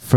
for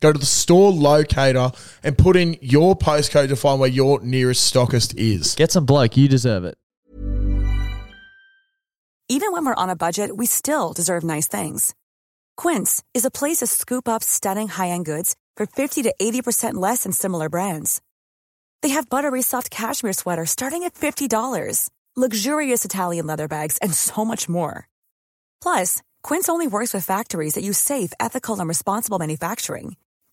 go to the store locator and put in your postcode to find where your nearest stockist is. Get some bloke. You deserve it. Even when we're on a budget, we still deserve nice things. Quince is a place to scoop up stunning high-end goods for 50 to 80% less than similar brands. They have buttery soft cashmere sweaters starting at $50, luxurious Italian leather bags, and so much more. Plus, Quince only works with factories that use safe, ethical, and responsible manufacturing.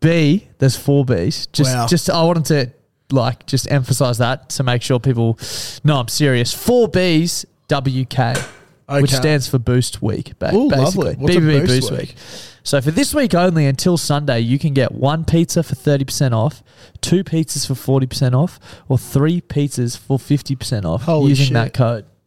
B, there's four B's. Just, Wow. just I wanted to like just emphasize that to make sure people know I'm serious. Four B's WK, which Okay. stands for Boost Week. Ba- Ooh, basically, lovely. What's a BBB Boost Boost, Week? week? So for this week only, until Sunday, you can get one pizza for thirty percent off, two pizzas for forty percent off, or three pizzas for fifty percent off Holy using shit. that code.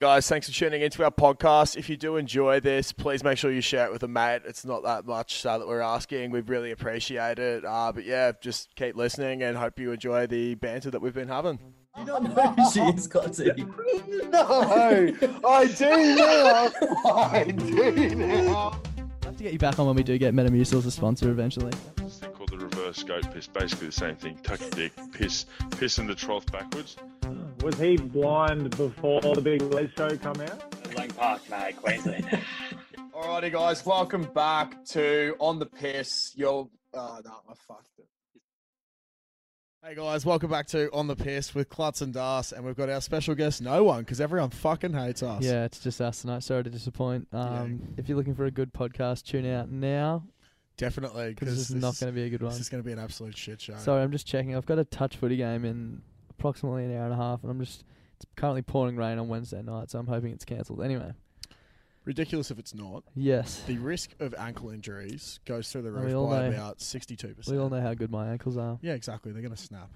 Guys, thanks for tuning into our podcast. If you do enjoy this, please make sure you share it with a mate. It's not that much uh, that we're asking. We really appreciate it. Uh, but yeah, just keep listening and hope you enjoy the banter that we've been having. she is Cotty. I do now. I have to get you back on when we do get Metamucil as a sponsor eventually. this thing called the reverse goat piss. Basically the same thing. Tuck your dick, piss, piss in the trough backwards. Was he blind before the big Les show come out? Lang Park, no, Queensland. Alrighty, guys, welcome back to On the Piss. You're. Oh, no, I fucked it. Hey guys, welcome back to On the Piss with Klutz and Das, and we've got our special guest, no one, because everyone fucking hates us. Yeah, it's just us tonight. Sorry to disappoint. Um, If you're looking for a good podcast, tune out now definitely. because this is not going to be a good one. This is going to be an absolute shit show. Sorry, I'm just checking. I've got a touch footy game in approximately an hour and a half, and I'm just it's currently pouring rain on Wednesday night, so I'm hoping it's cancelled. Anyway, Ridiculous if it's not. yes, The risk of ankle injuries goes through the We roof all by know. about sixty-two we all percent. know how good my ankles are. Yeah, exactly. They're going to snap.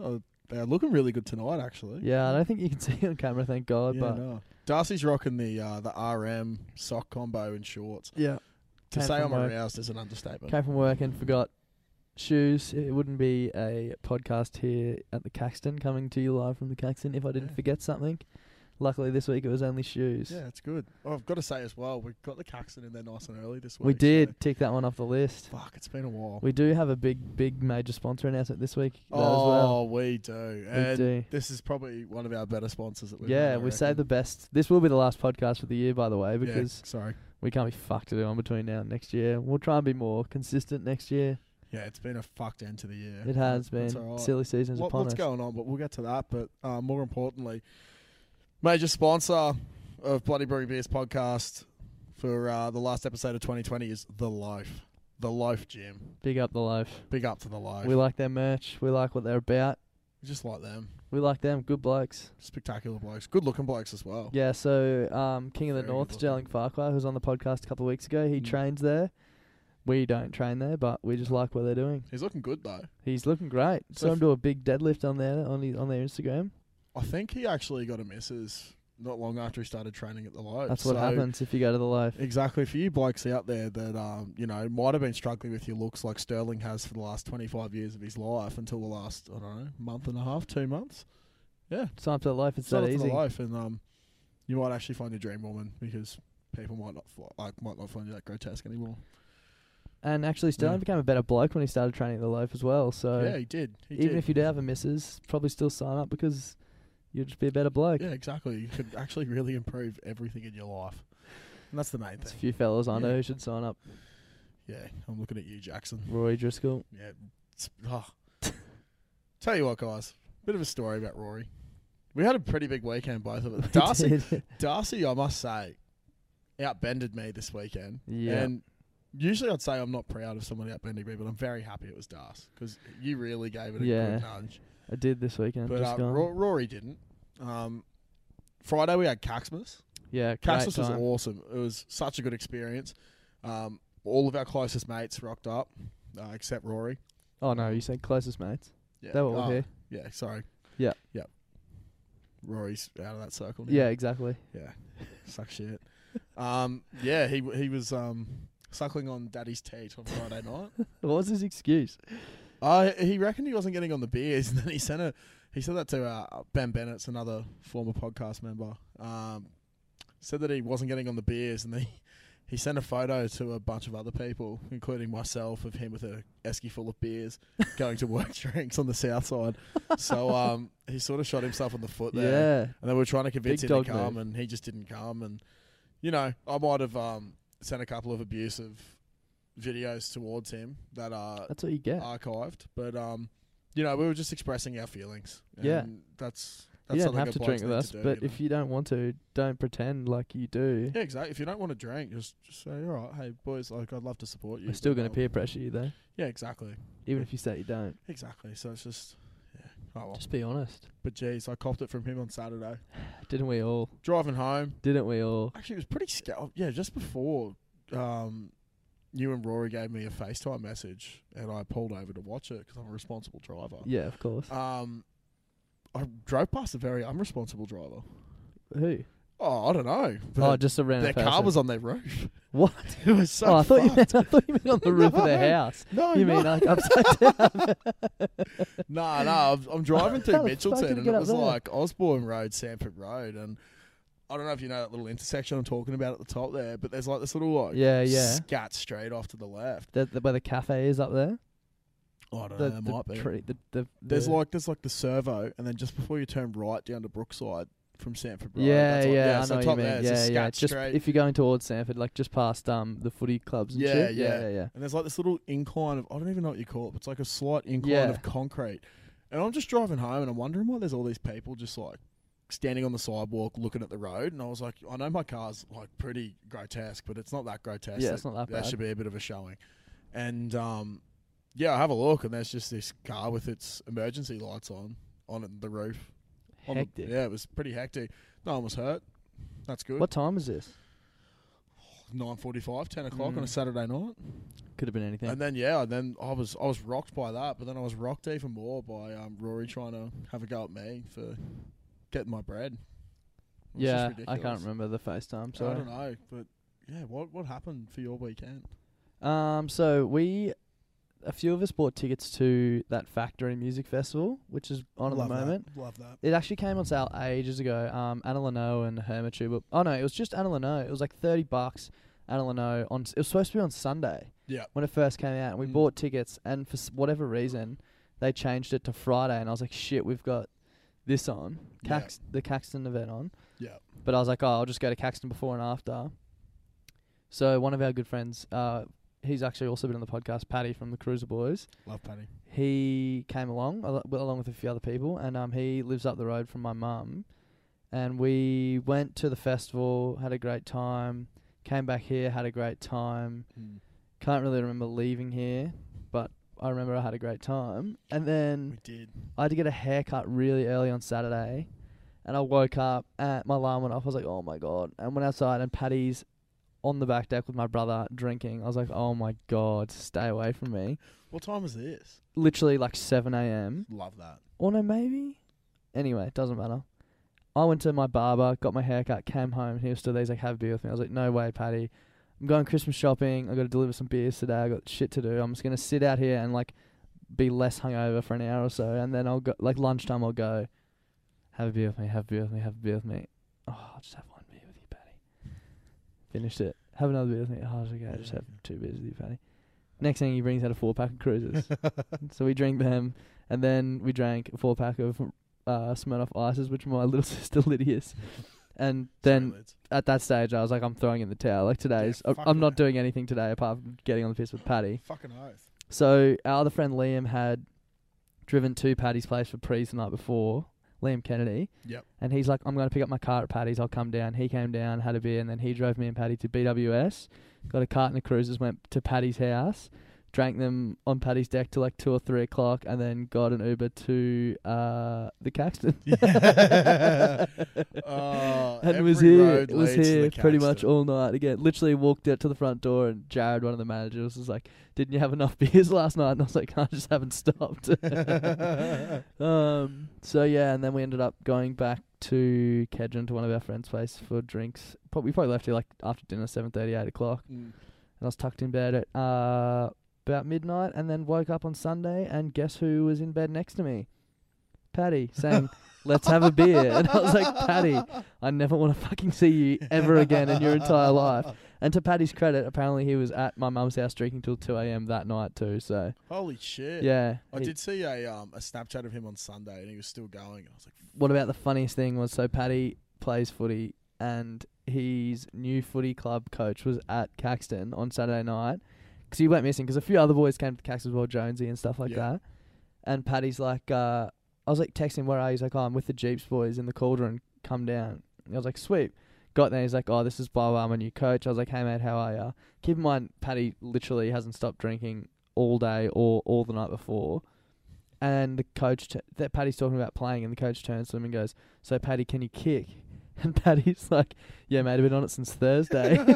Oh, they're looking really good tonight, actually. Yeah, I don't think you can see it on camera, thank God. Yeah, but no. Darcy's rocking the uh, the RM sock combo and shorts. yeah, To Came say I'm from work. aroused is an understatement. Came from work and forgot shoes. It wouldn't be a podcast here at the Caxton coming to you live from the Caxton if I didn't Yeah. forget something. Luckily this week it was only shoes. Yeah, it's good. Oh, I've got to say as well, we got the Caxton in there nice and early this week. we so- did tick that one off the list. fuck, it's been a while. We do have a big, big major sponsor announcement this week though, oh, as well. we do. And do. this is probably one of our better sponsors that we've Yeah, had, I we saved the reckon. best. This will be the last podcast for the year, by the way, Yeah, because sorry. we can't be fucked to do one between now and next year. We'll try and be more consistent next year. Yeah, it's been a fucked end to the year. It has That's been all right. silly seasons What- upon what's us. going on? But we'll get to that. But uh, more importantly, Major sponsor of Bloody Brewing Beers podcast for uh, the last episode of 2020 is The Loaf. The Loaf Gym. Big up the loaf. Big up to The Loaf. We like their merch. We like what they're about. Just like them. We like them. Good blokes. Spectacular blokes. Good looking blokes as well. Yeah, so um, King of the Oh. Very good North, looking. Jeling Farquhar, who's on the podcast a couple of weeks ago, he Mm. trains there. We don't train there, but we just like what they're doing. He's looking good though. He's looking great. So Saw f- him do a big deadlift on their on his, on their Instagram. I think he actually got a missus not long after he started training at The Loaf. That's what Oh, So, happens if you go to the life. Exactly. For you blokes out there that um, you know might have been struggling with your looks like Sterling has for the last twenty five years of his life until the last I don't know month and a half, two months. Yeah, Sign up to the life. It's it's not that easy. easy. life, and um, you might actually find your dream woman because people might not fi- like might not find you that grotesque anymore. And actually, Sterling Yeah. became a better bloke when he started training at the life as well. So yeah, he did. He even did. if you do have a missus, probably still sign up because you'll just be a better bloke. yeah, exactly. You could actually really improve everything in your life, and that's the main There's a thing. few fellas I know Yeah. who should sign up. Yeah, I'm looking at you, Jackson. Roy Driscoll. Yeah. It's, oh. Tell you what, guys. Bit of a story about Rory. We had a pretty big weekend, both of us. Darcy, Did. Darcy, I must say, outbended me this weekend. Yeah. And usually I'd say I'm not proud of someone outbending me, but I'm very happy it was Darcy because you really gave it a Yeah. good nudge. I did this weekend. But just uh, gone. Ro- Rory didn't. Um, Friday we had Caxmas. yeah, great Cactus was time. awesome. It was such a good experience. Um, all of our closest mates rocked up, uh, except Rory. Oh no, you said closest mates. Yeah. They were all Oh, here. Yeah, sorry. Yeah. Yep. Rory's out of that circle. now. Yeah, exactly. Yeah. Suck shit. Um, yeah, he he was um, suckling on Daddy's teat on Friday night. What was his excuse? Uh, he reckoned he wasn't getting on the beers, and then he sent a he said that to uh, Ben Bennett's another former podcast member. Um, said that he wasn't getting on the beers, and then he, he sent a photo to a bunch of other people, including myself, of him with a esky full of beers going to work drinks on the south side. So um, he sort of shot himself in the foot there. Yeah. And then we were trying to convince Big him dog to come, move. and he just didn't come. And you know, I might have um, sent a couple of abusive videos towards him that are That's what you get. archived, but um, you know, we were just expressing our feelings. And Yeah. that's that's you don't something have that to blokes drink with need us, to do, but you if you don't want to, don't pretend like you do. know? yeah, exactly. If you don't want to drink, just, just say, all right, hey boys, like I'd love to support you. We're still but, going um, to peer pressure you though, Yeah, exactly, even if you say you don't. exactly. So it's just, yeah. Oh well. Just be honest. But geez, I copped it from him on Saturday Didn't we all? driving home. Didn't we all? Actually, it was pretty scared. Yeah, just before, um. You and Rory gave me a FaceTime message, and I pulled over to watch it because I'm a responsible driver. Yeah, of course. Um, I drove past a very unresponsible driver. Who? Oh, I don't know. Oh, But just a random their person. car was on their roof. what? It was so oh, I thought, you fucked. meant, I thought you meant on the roof of their No. house. No, You no, mean like upside down? no, no. I'm, I'm driving through How the fuck did Mitchelton, it and get it up was there? like Osborne Road, Sanford Road, and I don't know if you know that little intersection I'm talking about at the top there, but there's like this little like Yeah, yeah. scat straight off to the left. The, the, where the cafe is up there. Oh, I don't The, know. That the might be. tree- the, the, There's the- like there's like the servo, and then just before you turn right down to Brookside from Sanford Road. yeah, that's yeah, like, yeah, I so know what top you mean. there, it's a yeah, yeah. scat Just straight. if you're going towards Sanford, like just past um the footy clubs and Yeah, shit. yeah. yeah, yeah. And there's like this little incline of I don't even know what you call it, but it's like a slight incline Yeah. of concrete. And I'm just driving home and I'm wondering why there's all these people just like standing on the sidewalk looking at the road. And I was like, I know my car's like pretty grotesque, but it's not that grotesque. Yeah, it's not that bad. should be a bit of a showing. And um, yeah, I have a look and there's just this car with its emergency lights on on the roof. On the- Hectic. yeah, it was pretty hectic. No one was hurt. That's good. What time is this? 9.45, 10 o'clock on a Mm. Saturday night. Could have been anything. And then yeah, and then I was I was rocked by that, but then I was rocked even more by um, Rory trying to have a go at me for getting my bread. It was just yeah, I ridiculous. can't remember the FaceTime. So I Sorry. don't know, but yeah, what what happened for your weekend? Um, so we, a few of us bought tickets to that Factory Music Festival, which is on at the moment. love that. It actually came on sale ages ago. Um, Anna Leno and Herma Tuba. Oh no, it was just Anna Leno. It was like thirty bucks. Anna Leno on. It was supposed to be on Sunday. Yeah. When it first came out, and we Mm. bought tickets, and for s- whatever reason, they changed it to Friday, and I was like, shit, we've got this on, Yeah. Cax- the Caxton event on. Yeah. But I was like, oh, I'll just go to Caxton before and after. So one of our good friends, uh, he's actually also been on the podcast, Paddy from the Cruiser Boys. Love Paddy. He came along al- well, along with a few other people, and um, he lives up the road from my mum. and we went to the festival, had a great time, came back here, had a great time. Hmm. Can't really remember leaving here, but I remember I had a great time. And then did. I had to get a haircut really early on Saturday, and I woke up and my alarm went off. I was like, "Oh my god!" And went outside, and Patty's on the back deck with my brother drinking. I was like, "Oh my god, stay away from me!" What time was this? Literally like 7 a.m. Love that. or no, maybe. Anyway, it doesn't matter. I went to my barber, got my haircut, came home, and he was still there. He's like, "Have a beer with me." I was like, "No way, Patty! I'm going Christmas shopping. I got to deliver some beers today. I got shit to do. I'm just gonna sit out here and like be less hungover for an hour or so, and then I'll go like lunchtime. I'll go have a beer with me. Have a beer with me. Have a beer with me. Oh, I'll just have one beer with you, Patty. Finished it. Have another beer with me. Oh, it's okay. I just have two beers with you, Patty. Next thing he brings out a four pack of cruisers, so we drink them, and then we drank a four pack of uh, Smirnoff Ices, which my little sister Lydia's. And then at that stage, I was like, I'm throwing in the towel. Like today's, I- fuck I'm not yeah. doing anything today apart from getting on the piss with Patty. fucking oath. So our other friend Liam had driven to Paddy's place for prees the night before, Liam Kennedy. Yep. And he's like, I'm going to pick up my car at Paddy's. I'll come down. He came down, had a beer, and then he drove me and Paddy to BWS. Got a carton of cruisers, went to Paddy's house, drank them on Paddy's deck till like two or three o'clock, and then got an Uber to uh, the Caxton. Oh, and it was every here, road it was leads to the here pretty much Caxton. all night again. Literally walked out to the front door, and Jared, one of the managers, was like, "Didn't you have enough beers last night?" And I was like, "I just haven't stopped." um, so yeah, and then we ended up going back to Kedron to one of our friends' place for drinks. Probably we probably left here like after dinner, seven thirty, eight o'clock, and I was tucked in bed at uh, about midnight, and then woke up on Sunday, and guess who was in bed next to me? Patty saying. Let's have a beer. And I was like, Patty, I never want to fucking see you ever again in your entire life. And to Paddy's credit, apparently he was at my mum's house drinking till 2 a.m. that night too. So Holy shit. yeah, I he- did see a um a Snapchat of him on Sunday and he was still going. I was like, What about the funniest thing was so Paddy plays footy and his new footy club coach was at Caxton on Saturday night because he went missing because a few other boys came to Caxton as well, Jonesy and stuff like Yeah. that. And Paddy's like, uh, I was like texting, where are you? He's like, oh, I'm with the Jeeps boys in the cauldron. Come down. And I was like, sweet. Got there. He's like, oh, this is blah blah. I'm a new coach. I was like, hey mate, how are ya? Keep in mind, Paddy literally hasn't stopped drinking all day or all the night before. And the coach t- that Paddy's talking about playing, and the coach turns to him and goes, "So Paddy, can you kick?" And Paddy's like, "Yeah, mate, I've been on it since Thursday."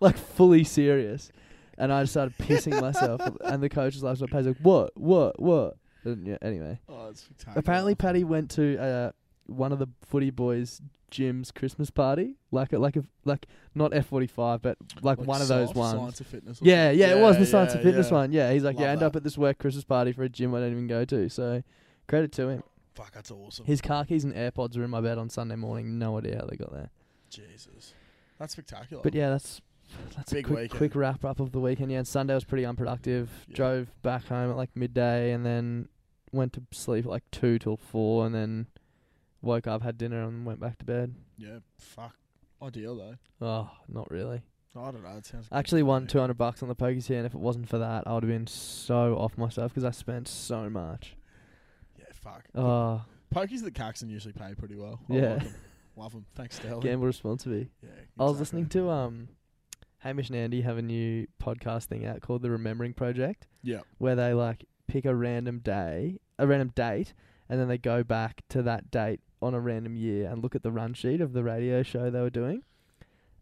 like fully serious. And I just started pissing myself. And the coach is like, so Paddy's like, "What? What? What?" And yeah, anyway. oh, it's spectacular. Apparently, Paddy went to uh, one of the footy boys' Jim's Christmas party, like a, like a, like not F forty five, but like, one of those soft ones. Science of fitness. or Yeah, something. yeah, it was the Yeah, science of yeah, fitness yeah. one. Yeah, he's like, Love yeah, I end that. up at this work Christmas party for a gym I don't even go to. So, credit to him. Fuck, that's awesome. His car keys and AirPods are in my bed on Sunday morning. No idea how they got there. Jesus, that's spectacular. But yeah, that's that's Big a quick, weekend. quick wrap up of the weekend. Yeah, and Sunday was pretty unproductive. Yeah. Drove back home at like midday and then went to sleep at like two till four and then woke up, had dinner, and went back to bed. yeah, fuck, ideal though. Oh, not really. I don't know. It sounds I actually won two hundred bucks on the pokies here, and if it wasn't for that, I would have been so off myself because I spent so much. Yeah, fuck. Oh, Pokies that Caxton usually pay pretty well. I Yeah. like 'em. love them. Thanks, Sterling. gamble responsibly. Yeah, I was exactly. listening to um, Hamish and Andy have a new podcast thing out called the Remembering Project. Yeah. where they like pick a random day, a random date, and then they go back to that date on a random year and look at the run sheet of the radio show they were doing.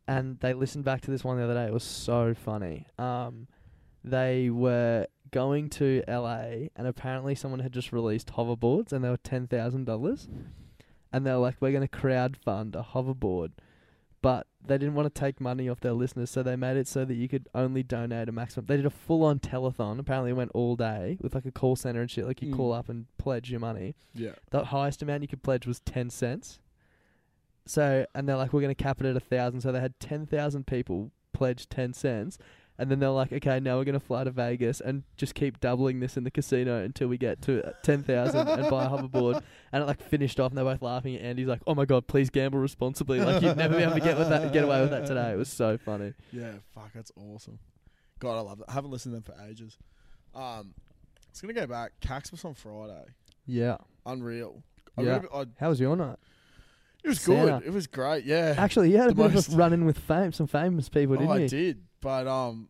And they listened back to this one the other day. It was so funny. Um, they were going to LA, and apparently someone had just released hoverboards, and they were ten thousand dollars. And they were like, "We're going to crowdfund a hoverboard," but they didn't want to take money off their listeners, so they made it so that you could only donate a maximum. They did a full-on telethon. Apparently, it went all day with like a call center and shit. Like you Mm. call up and pledge your money. Yeah, The highest amount you could pledge was ten cents. So, and they're like, "We're going to cap it at a thousand. So they had ten thousand people pledge ten cents. And then they're like, okay, now we're going to fly to Vegas and just keep doubling this in the casino until we get to uh, 10,000 and buy a hoverboard. And it like finished off and they're both laughing. And Andy's like, oh my God, please gamble responsibly. Like you'd never be able to get, with that, get away with that today. It was so funny. yeah. Fuck, that's awesome. God, I love that. I haven't listened to them for ages. Um, it's gonna go back. Cax was on Friday. Yeah. Unreal. I Yeah. remember- I- How was your night? it was Santa. good. It was great. Yeah. Actually, you had a The bit most- of a run in with fame, some famous people, didn't oh, you? I did, but um,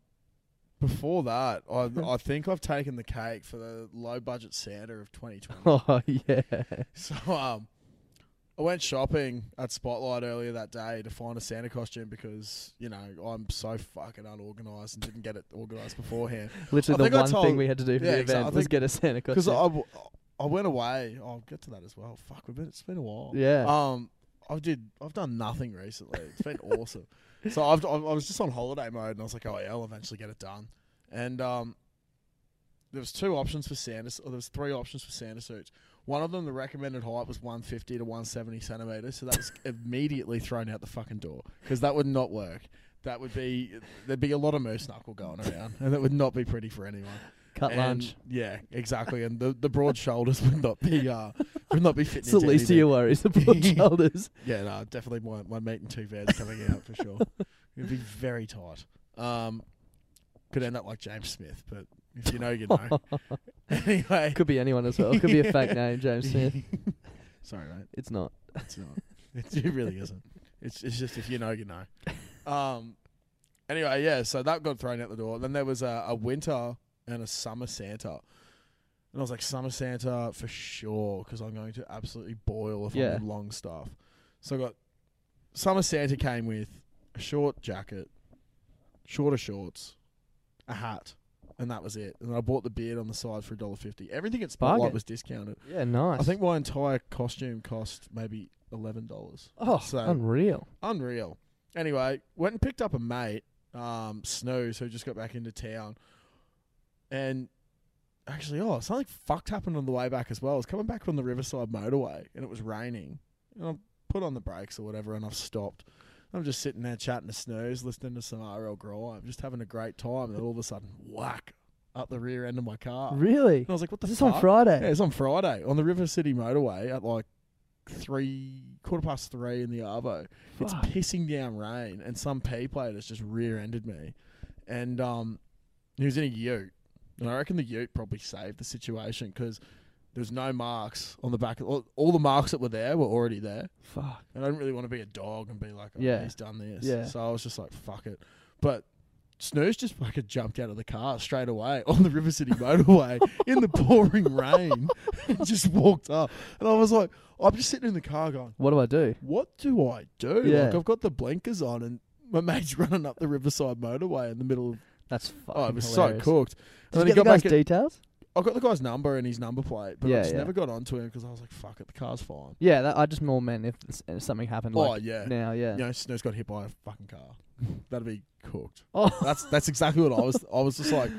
before that, I I think I've taken the cake for the low budget Santa of 2020. Oh yeah. So um, I went shopping at Spotlight earlier that day to find a Santa costume because you know I'm so fucking unorganized and didn't get it organized beforehand. I Literally, think the I one thing told- we had to do for yeah, the exa- I event was think- get a Santa Because costume. I, w- I went away. Oh, I'll get to that as well. Fuck, we've been, it's been a while. Yeah. Um, I did. I've done nothing recently. It's been awesome. So I've, I was just on holiday mode, and I was like, oh yeah, I'll eventually get it done. And um, there was two options for Santa. Or there was three options for Santa suits. One of them, the recommended height was 150 to 170 centimeters. So that was immediately thrown out the fucking door because that would not work. That would be there'd be a lot of moose knuckle going around, and that would not be pretty for anyone. Cut And- lunch. Yeah, exactly. And the, the broad shoulders would not be uh would not be fitting. It's the into least of your anything. worries. The broad shoulders. Yeah, no, definitely my my meat and two vans coming out for sure. It'd be very tight. Um, could end up like James Smith, but if you know, you know. anyway, Could be anyone as well. Could be a fake name, James Smith. sorry, mate. It's not. It's not. It, it really isn't. It's it's just if you know, you know. Um. Anyway, yeah. So that got thrown out the door. Then there was a, a winter and a summer Santa, and I was like, summer Santa for sure, because I'm going to absolutely boil if Yeah. I'm in long stuff. So I got summer Santa came with a short jacket, shorter shorts, a hat, and that was it. And I bought the beard on the side for a dollar fifty. Everything at Spotlight Bargain. was discounted. Yeah, nice. I think my entire costume cost maybe eleven dollars. Oh, so- unreal. Unreal. Anyway, went and picked up a mate, um, Snooze, who just got back into town, and actually, oh, something fucked happened on the way back as well. I was coming back from the Riverside motorway, and it was raining, and I put on the brakes or whatever, and I've stopped. I'm just sitting there chatting to Snooze, listening to some RL Grime, just having a great time, and then all of a sudden, whack, up the rear end of my car. Really? And I was like, Oh. what the Is this fuck? on Friday? Yeah, it's on Friday on the River City motorway at like three, quarter past three in the Arvo. It's Fuck. pissing down rain, and some P platers just rear ended me. And um, he was in a ute. And I reckon the ute probably saved the situation because there's no marks on the back. Of, all, all the marks that were there were already there. Fuck. And I didn't really want to be a dog and be like, oh, Yeah. he's done this. Yeah. So I was just like, fuck it. But Snooze just fucking jumped out of the car straight away on the River City motorway in the pouring rain and just walked up. And I was like, I'm just sitting in the car going, What do I do? what do I do? Yeah. Like, I've got the blinkers on and my mate's running up the Riverside motorway in the middle of. That's fucking Oh, it was hilarious. so cooked. Did And then you he get got the guy's back. at- details? I got the guy's number and his number plate, but Yeah, I just yeah. never got onto him because I was like, fuck it, the car's fine. Yeah, that, I just more meant if, s- if something happened Oh, like yeah. now, yeah. You know, Snooze got hit by a fucking car. That'd be cooked. Oh, That's that's exactly what I was. I was just like,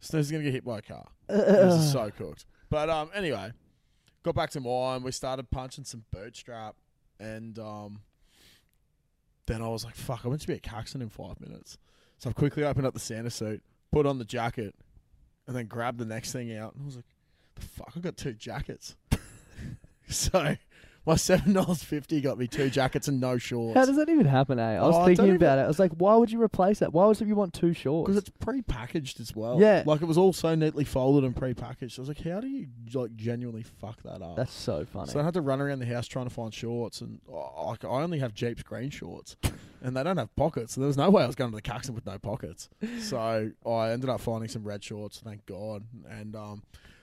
Snooze is gonna get hit by a car. It was just so cooked. But um, anyway, got back to mine. We started punching some bootstrap, and um, then I was like, "Fuck, I'm going to be at Caxton in five minutes." So I quickly opened up the Santa suit, put on the jacket, and then grabbed the next thing out. And I was like, "The fuck, I got two jackets." so my seven dollars fifty got me two jackets and no shorts. How does that even happen, eh? I was Oh, I thinking don't about it. I was like, why would you replace that? Why would you want two shorts? Because it's pre-packaged as well. Yeah. like it was all so neatly folded and pre-packaged. I was like, "How do you like genuinely fuck that up?" That's so funny. so I had to run around the house trying to find shorts, and oh, like I only have Jeep's green shorts, and they don't have pockets. And there was no way I was going to the Caxton with no pockets. So I ended up finding some red shorts. Thank God. And um,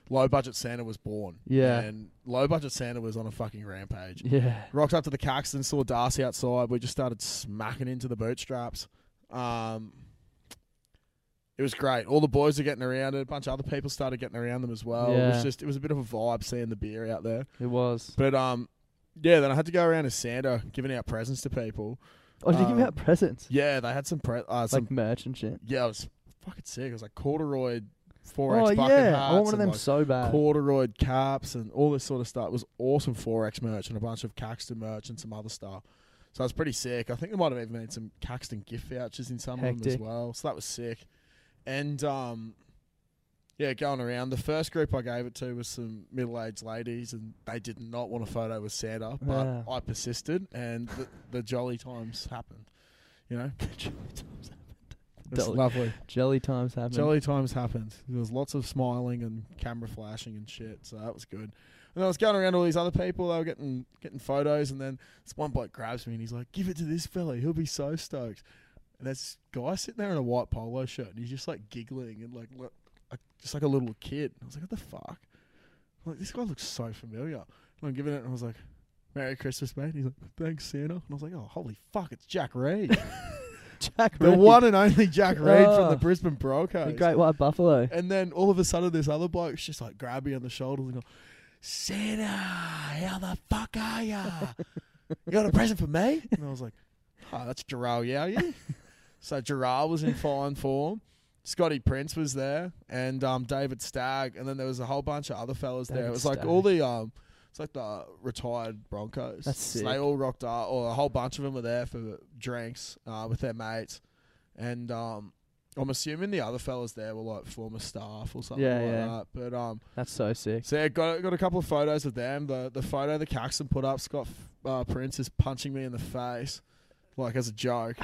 low budget Santa was born. Yeah. and low budget Santa was on a fucking rampage. yeah. Rocked up to the Caxton, saw Darcy outside. We just started smacking into the bootstraps. Um, it was great. All the boys are getting around it. A bunch of other people started getting around them as well. It Yeah. was just it was a bit of a vibe seeing the beer out there. It was. But um, yeah. Then I had to go around as Santa, giving out presents to people. Oh, did you give um, out presents? Yeah, they had some pre- uh, some. Like merch and shit. yeah, it was fucking sick. It was like corduroy, four Oh X bucket yeah, hats. I want one of and, them like, so bad. corduroy caps and all this sort of stuff. It was awesome 4X merch and a bunch of Caxton merch and some other stuff. So it's pretty sick. I think there might have even been some Caxton gift vouchers in some of them as Hectic. well. So that was sick. And um, yeah, going around. The first group I gave it to was some middle aged ladies and they did not want a photo with Santa, but Yeah. I persisted and the, the jolly times happened. You know? It's Jolly- lovely. Jelly times happening. Jolly times happened. There was lots of smiling and camera flashing and shit, so that was good. And I was going around to all these other people. They were getting getting photos, and then this one bloke grabs me and he's like, "Give it to this fella. He'll be so stoked." And this guy sitting there in a white polo shirt, and he's just like giggling and like, look, like just like a little kid. I was like, "What the fuck?" I'm like, "This guy looks so familiar." And I'm giving it, and I was like, "Merry Christmas, mate." And he's like, "Thanks, Santa." And I was like, "Oh, holy fuck! It's Jack Reed, Jack the Reed, one and only Jack Reed from Oh. the Brisbane the Broncos." great white buffalo. And then all of a sudden, this other bloke's just like grab me on the shoulders and go, Santa, how the fuck are ya? You got a present for me? And I was like, oh, that's Gerard yeah, yeah. so Gerard was in fine form. Scotty Prince was there and um, David Stagg. And then there was a whole bunch of other fellas there. David It was like Stagg. all the. um. It's like the retired Broncos. That's So sick. they all rocked up, or a whole bunch of them were there for drinks uh, with their mates, and um, I'm assuming the other fellas there were like former staff or something Yeah, like yeah. that. But um, That's so sick. so yeah, got got a couple of photos of them. The the photo that Caxton put up, Scott uh, Prince is punching me in the face, like as a joke.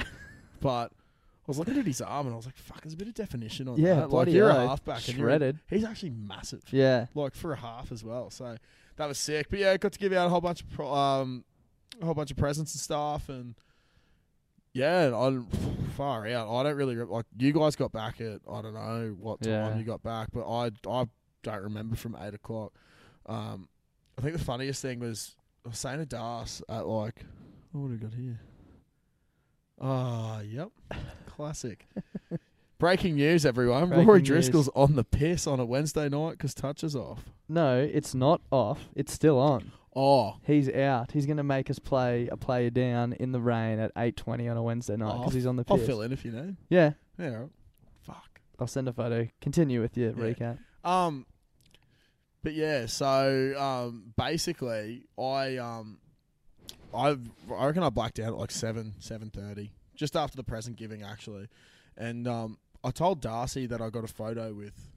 but I was looking at his arm and I was like, "Fuck, there's a bit of definition on Yeah, that." Like bloody you're a hell, halfback, and you're, shredded. he's actually massive Yeah, like for a half as well. So that was sick. But yeah, got to give out a whole bunch of pro- um, a whole bunch of presents and stuff, and yeah, and I far out. I don't really re- like you guys got back at I don't know what time Yeah. you got back, but I I don't remember from eight o'clock. Um, I think the funniest thing was I was saying to Das at like what have we got here? Ah, yep, classic. Breaking news, everyone. Breaking Rory news. Driscoll's on the piss on a Wednesday night because touch is off. no, it's not off. It's still on. Oh, He's out. He's gonna make us play a player down in the rain at eight twenty on a Wednesday night Oh, because he's on the I'll piss. fill in if you know. Yeah, Yeah. alright. Fuck. I'll send a photo. Continue with your Yeah. recap. Um. But yeah, so um, basically, I um, I I reckon I blacked out at like seven seven thirty, just after the present giving actually, and um, I told Darcy that I got a photo with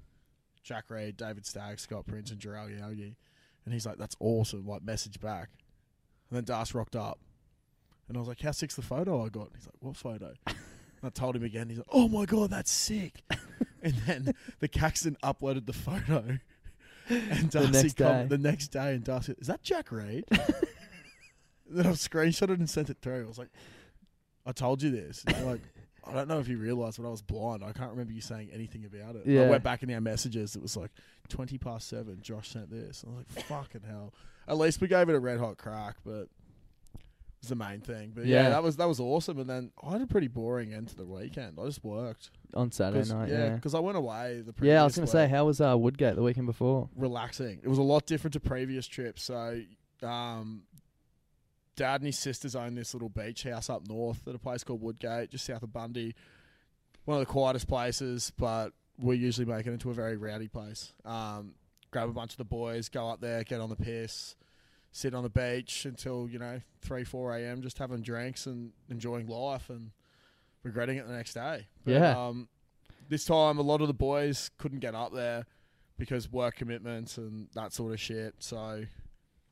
Jack Reed, David Stagg, Scott Prince, and Jarrell Yogi, and he's like, "That's awesome!" Like message back, and then Darcy rocked up, and I was like, "How sick's the photo I got?" And he's like, "What photo?" And I told him again. He's like, "Oh my god, that's sick!" and then the Caxton uploaded the photo, and The Darcy next com- day. the next day, and Darcy, is that Jack Reed? then I screenshotted and sent it through. I was like, I told you this. And they're like, I don't know if you realised, but I was blind. I can't remember you saying anything about it. And I Yeah. went back in our messages. It was like twenty past seven. Josh sent this. And I was like, fucking hell. At least we gave it a red hot crack, but it's the main thing. But yeah. Yeah. that was that was awesome. And then I had a pretty boring end to the weekend. I just worked. on Saturday 'Cause- night. yeah, Yeah, because I went away the yeah. previous I was gonna week say, how was uh, Woodgate the weekend before? relaxing. It was a lot different to previous trips. So, um, dad and his sisters own this little beach house up north at a place called Woodgate, just south of Bundy. One of the quietest places, but we usually make it into a very rowdy place. Um, grab a bunch of the boys, go up there, get on the piss, sit on the beach until you know three, four a.m. Just having drinks and enjoying life and regretting it the next day. Yeah. Um, this time, a lot of the boys couldn't get up there because work commitments and that sort of shit. So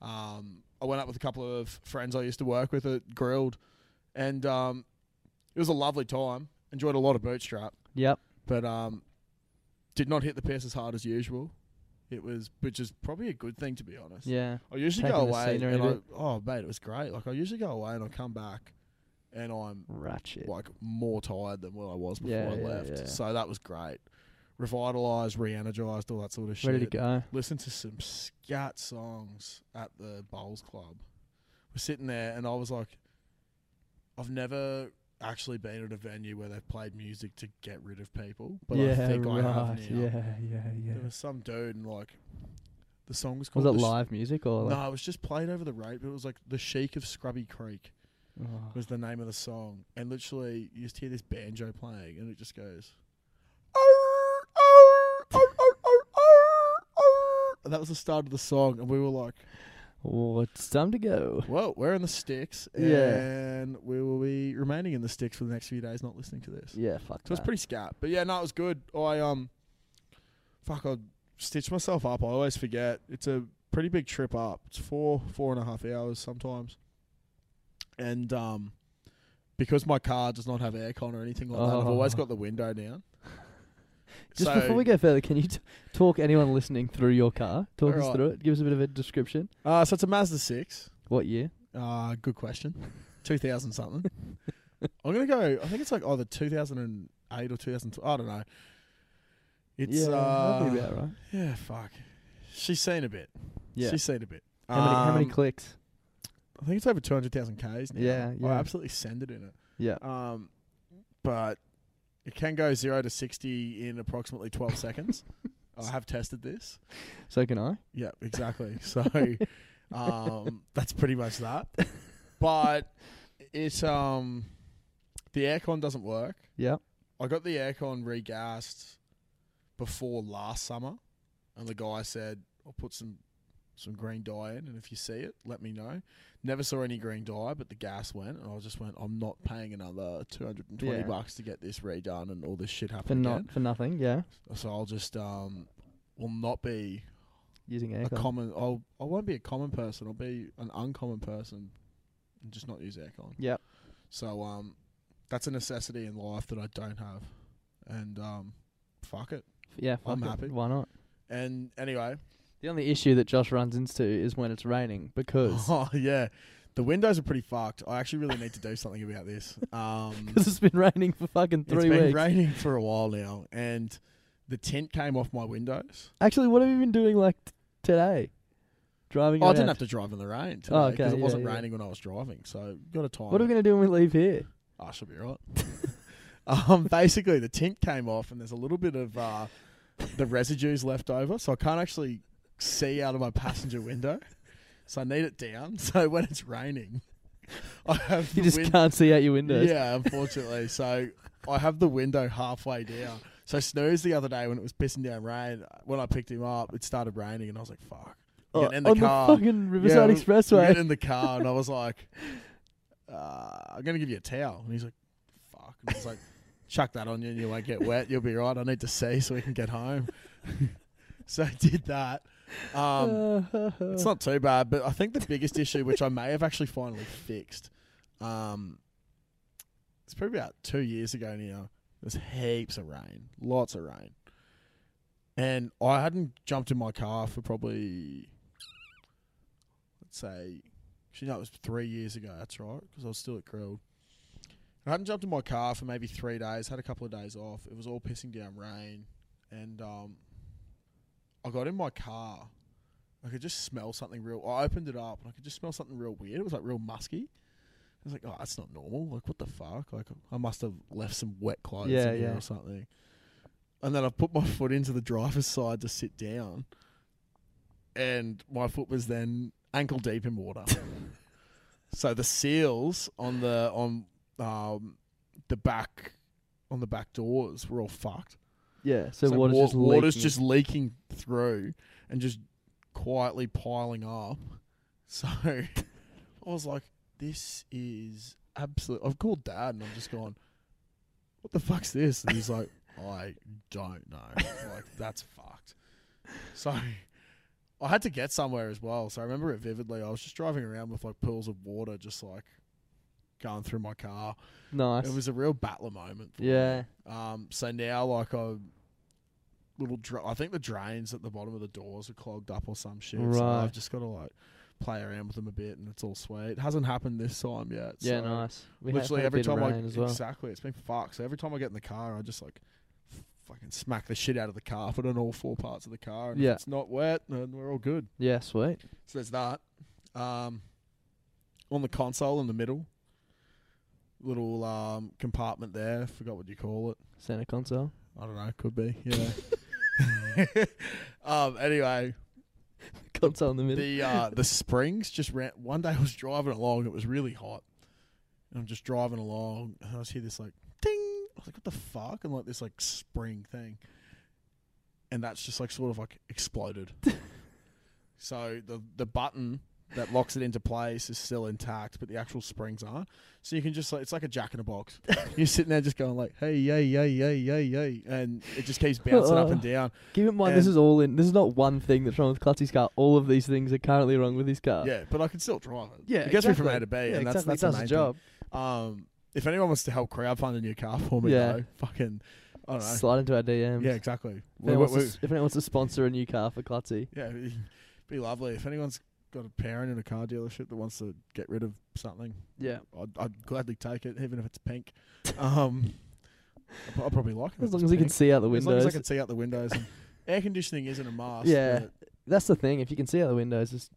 um, I went up with a couple of friends I used to work with at Grilled, and um, it was a lovely time. Enjoyed a lot of bootstrap, Yep. but um, did not hit the piss as hard as usual. It was, which is probably a good thing to be honest. Yeah. I usually go Taking the away scenery and a I, bit. oh mate, it was great. Like I usually go away and I come back, and I'm Ratchet. like more tired than what I was before Yeah, I yeah, left. yeah. So that was great. Revitalized, re-energized, all that sort of shit. Ready to go. Listen to some scat songs at the bowls club. We're sitting there, and I was like, I've never actually been at a venue where they've played music to get rid of people, but yeah, I think right. I have now. Yeah, yeah, yeah. There was some dude, and like, the song was Was called. The it Sh- live music or like? no, it was just played over the rate, but it was like the Sheik of Scrubby Creek Oh. was the name of the song, and literally you just hear this banjo playing, and it just goes. And that was the start of the song, and we were like, Oh, it's time to go. "Whoa, we're in the sticks, Yeah. and we will be remaining in the sticks for the next few days, not listening to this." Yeah, fuck So it's pretty scat, but yeah, no, it was good. I um, fuck, I stitched myself up. I always forget. It's a pretty big trip up. It's four four and a half hours sometimes, and um, because my car does not have aircon or anything like that, I've always Oh. got the window down. Just So- before we go further, can you t- talk anyone listening through your car? Talk us Alright. through it. Give us a bit of a description. Uh, so it's a Mazda 6. What year? Uh, good question. 2000 something. I'm going to go, I think it's like either 2008 or 2012. I don't know. It's, yeah, that'd be uh, about right. yeah, fuck. She's seen a bit. Yeah. She's seen a bit. How many? how many Um, clicks? I think it's over 200,000 Ks now. Yeah, I yeah. absolutely send it in it. Yeah. Um, but it can go 0 to 60 in approximately 12 seconds. I have tested this. So can I? Yeah, exactly. So um, that's pretty much that. But it's um, the aircon doesn't work. Yeah. I got the aircon regassed before last summer, and the guy said I'll put some some green dye in, and if you see it, let me know. Never saw any green dye, but the gas went, and I just went, I'm not paying another 220 Yeah. bucks to get this redone and all this shit For happen again. not for nothing. Yeah. So I'll just um, will not be Using a aircon. common. I'll, I won't be a common person. I'll be an uncommon person, and just not use aircon. Yep. So um, that's a necessity in life that I don't have, and um, fuck it. yeah. Fuck I'm it. happy. Why not? And anyway, The only issue that Josh runs into is when it's raining because oh yeah, the windows are pretty fucked. I actually really need to do something about this. Um, because it's been raining for fucking it's three been weeks. raining for a while now, and the tint came off my windows. Actually, what have you been doing like t- today? Driving. Oh, I around. didn't have to drive in the rain today Oh, because okay, it yeah, wasn't yeah. raining when I was driving. So got a time. What are we gonna do when we leave here? I should be right. um, basically, the tint came off, and there's a little bit of uh, the residues left over, so I can't actually see out of my passenger window. So I need it down. So when it's raining, I have the You just win- can't see out your windows. yeah, unfortunately. so I have the window halfway down. So Snooze the other day when it was pissing down rain, when I picked him up, it started raining, and I was like, "Fuck!" Oh, Getting in the on car. the fucking Riverside we- We Expressway. get in the car and I was like, uh, I'm going to give you a towel. And he's like, fuck. And I was like, chuck that on you and you won't get wet. You'll be right. I need to see so we can get home. so I did that. Oh, Um, it's not too bad, but I think the biggest issue, which I may have actually finally fixed, um, it's probably about two years ago now. There's heaps of rain, lots of rain, and I hadn't jumped in my car for probably, let's say, actually no, it was three years ago. That's right, because I was still at Krill. I hadn't jumped in my car for maybe three days. Had a couple of days off. It was all pissing down rain, and um, I got in my car I could just smell something real. I opened it up and I could just smell something real weird. It was like real musky. I was like, oh, that's not normal. Like, what the fuck? Like, I must have left some wet clothes Yeah, in here yeah. or something. And then I put my foot into the driver's side to sit down, and my foot was then ankle deep in water. so the seals on the on um the back on the back doors were all fucked. yeah, so, So water's wa- just water's leaking. just leaking through and just quietly piling up. So I was like, "This is absolute." I've called dad and I'm just going, "What the fuck's this?" And he's like, "I don't know. Like that's fucked." So I had to get somewhere as well. So I remember it vividly. I was just driving around with like pools of water, just like going through my car. nice. It was a real battler moment. for me. yeah, Um, so now, like, I little dra- I think the drains at the bottom of the doors are clogged up or some shit. So Right. I've just got to like play around with them a bit, and it's all sweet. It hasn't happened this time yet. yeah, so nice. We have Literally had a every bit of time I rain as well. exactly, it's been fucked. So every time I get in the car, I just like f- fucking smack the shit out of the car, put it on all four parts of the car, and Yeah. if it's not wet, then we're all good. Yeah, sweet. So there's that. Um, on the console in the middle, little um compartment there. Forgot what you call it. Center console. I don't know. Could be. Yeah. um. Anyway, Console in the middle. the uh, the springs just ran. One day I was driving along. It was really hot. And I'm just driving along, and I just hear this like ding. I was like, "What the fuck?" And like this like spring thing, and that's just like sort of like exploded. so the the button that locks it into place is still intact, but the actual springs aren't. So you can just like it's like a jack in a box. You're sitting there just going like, "Hey, yay, yay, yay, yay, yay," and it just keeps bouncing up and down. Keep in mind, this and- is all in. This is not one thing that's wrong with Clutzy's car. All of these things are currently wrong with his car. Yeah, but I can still drive it. Uh. Yeah, it gets me from A exactly. to B, Yeah, and that's exactly. that's it does the main the job. Thing. Um, if anyone wants to help crowdfund a new car for me, Yeah. though, fucking, I don't know. Slide into our DMs. yeah, exactly. If We, anyone, we, wants to, s- if anyone wants to sponsor a new car for E. Clutzy, yeah, it'd be lovely. If anyone's got a parent in a car dealership that wants to get rid of something, yeah, I'd, I'd gladly take it, even if it's pink. Um, I pro- I probably like it. if as long it's as you can pink. see out the As long windows. as I can see out the windows. And air conditioning isn't a must. Yeah. but That's the thing. If you can see out the windows, it's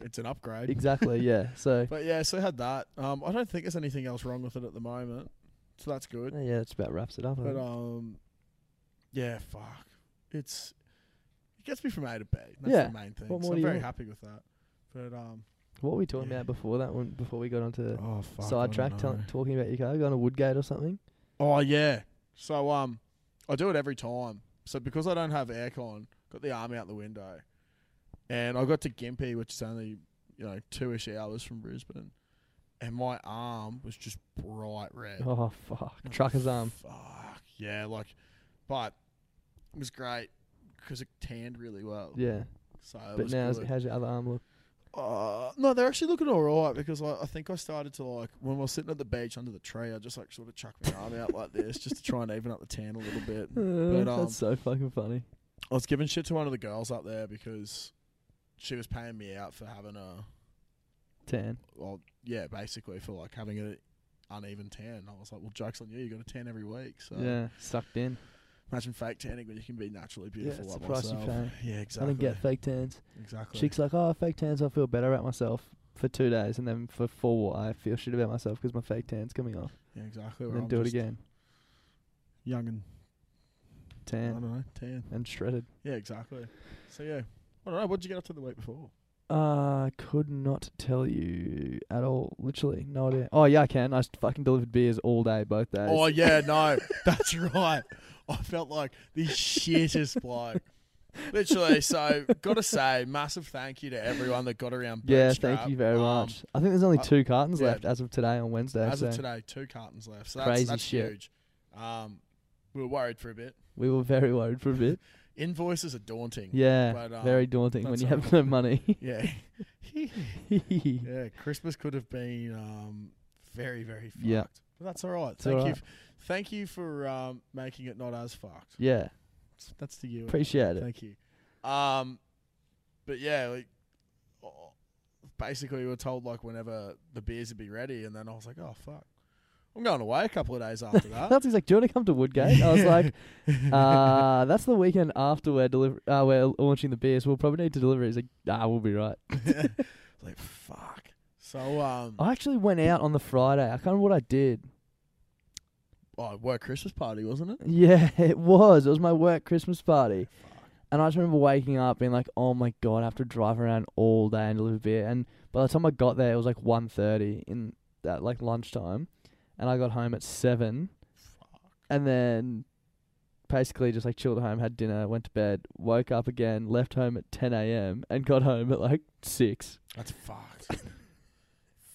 it's an upgrade. exactly yeah. So But yeah, so had that. Um, I don't think there's anything else wrong with it at the moment, so that's good. yeah, that's about wraps it up. I But think. um, yeah, fuck, it's it gets me from A to B. That's Yeah. the main thing. What more so do I'm you very want? happy with that. But um, what were we talking yeah. about before that one? Before we got onto oh fuck, sidetrack, tell- talking about your car, going to Woodgate or something. Oh yeah. So um, I do it every time. So because I don't have aircon, got the arm out the window, and I got to Gympie, which is only you know two-ish hours from Brisbane, and my arm was just bright red. Oh fuck, trucker's arm. Fuck yeah, like, but it was great because it tanned really well. Yeah, So it but was now good. how's your other arm look? Uh, no, they're actually looking all right because I, I think I started to like when I was sitting at the beach under the tree, I just like sort of chucked my arm out like this just to try and even up the tan a little bit. Uh, But um, that's so fucking funny. I was giving shit to one of the girls up there because she was paying me out for having a Tan. well, yeah, basically for like having an uneven tan. I was like, well, jokes on you, you got a tan every week. So Yeah, sucked in. imagine fake tanning when you can be naturally beautiful it's like the price you myself. Yeah, I exactly. didn't get fake tans. exactly. Chick's like, oh, fake tans, I feel better about myself for two days, and then for four, I feel shit about myself because my fake tan's coming off. yeah, exactly. And where then I'm do it just again, Young and I tan don't know, tan. and shredded. Yeah, exactly. So yeah, I don't know. What did you get up to the week before? Uh, I could not tell you at all. Literally, no idea. Oh yeah, I can. I s- fucking delivered beers all day, both days. Oh yeah, no, that's right. I felt like the shittest bloke. Literally, so gotta say, massive thank you to everyone that got around. yeah, Bootstrap. thank you very Um, much. I think there's only uh, two cartons yeah. left as of today on Wednesday. As so of today, two cartons left. So that's, Crazy that's shit. huge. Um, we were worried for a bit. we were very worried for a bit. Invoices are daunting. Yeah, But, um, very daunting when that's you have no alright. money. Yeah. yeah, yeah. Christmas could have been um, very, very fucked. Yeah. But that's all right. It's Thank all you. right. F- thank you for um, making it not as fucked. That's to you. appreciate it. Thank you. Um, but yeah, like oh, basically we were told like whenever the beers would be ready, and then I was like, oh fuck, I'm going away a couple of days after that. That's he's like, do you want to come to Woodgate? I was like, uh, that's the weekend after we're deliver- uh, we're launching the beers. We'll probably need to deliver. it." He's like, ah, we'll be right. like fuck. So um, I actually went out on the Friday. I can't remember what I did. oh, work Christmas party wasn't it? Yeah, it was. It was my work Christmas party. And I just remember waking up being like, "Oh my god, I have to drive around all day and deliver beer." And by the time I got there, it was like one thirty in that like lunchtime, and I got home at seven, and then basically just like chilled at home, had dinner, went to bed, woke up again, left home at ten a.m. and got home at like six. That's fucked.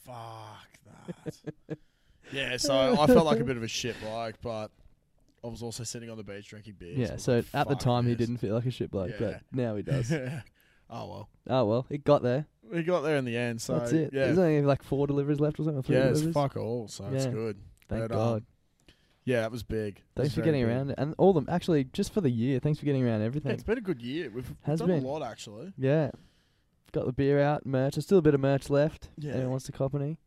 fuck that. Yeah, so I felt like a bit of a shit bloke, but I was also sitting on the beach drinking beers. I yeah. was So like, at the "Fuck time, he this." didn't feel like a shit bloke, Yeah. but now he does. oh well. oh well, it got there. We got there in the end, so That's it. Yeah, There's only like four deliveries left or something. or Three yeah, it's deliveries. fuck all, so it's Yeah. good. Thank But, um, God. Yeah, that was big. Thanks for getting around it. And all them, actually, just for the year, thanks for getting around Yeah, everything. it's been a good year. We've Has done been. a lot actually. yeah. Got the beer out, merch. There's still a bit of merch left. Yeah. Anyone wants to cop any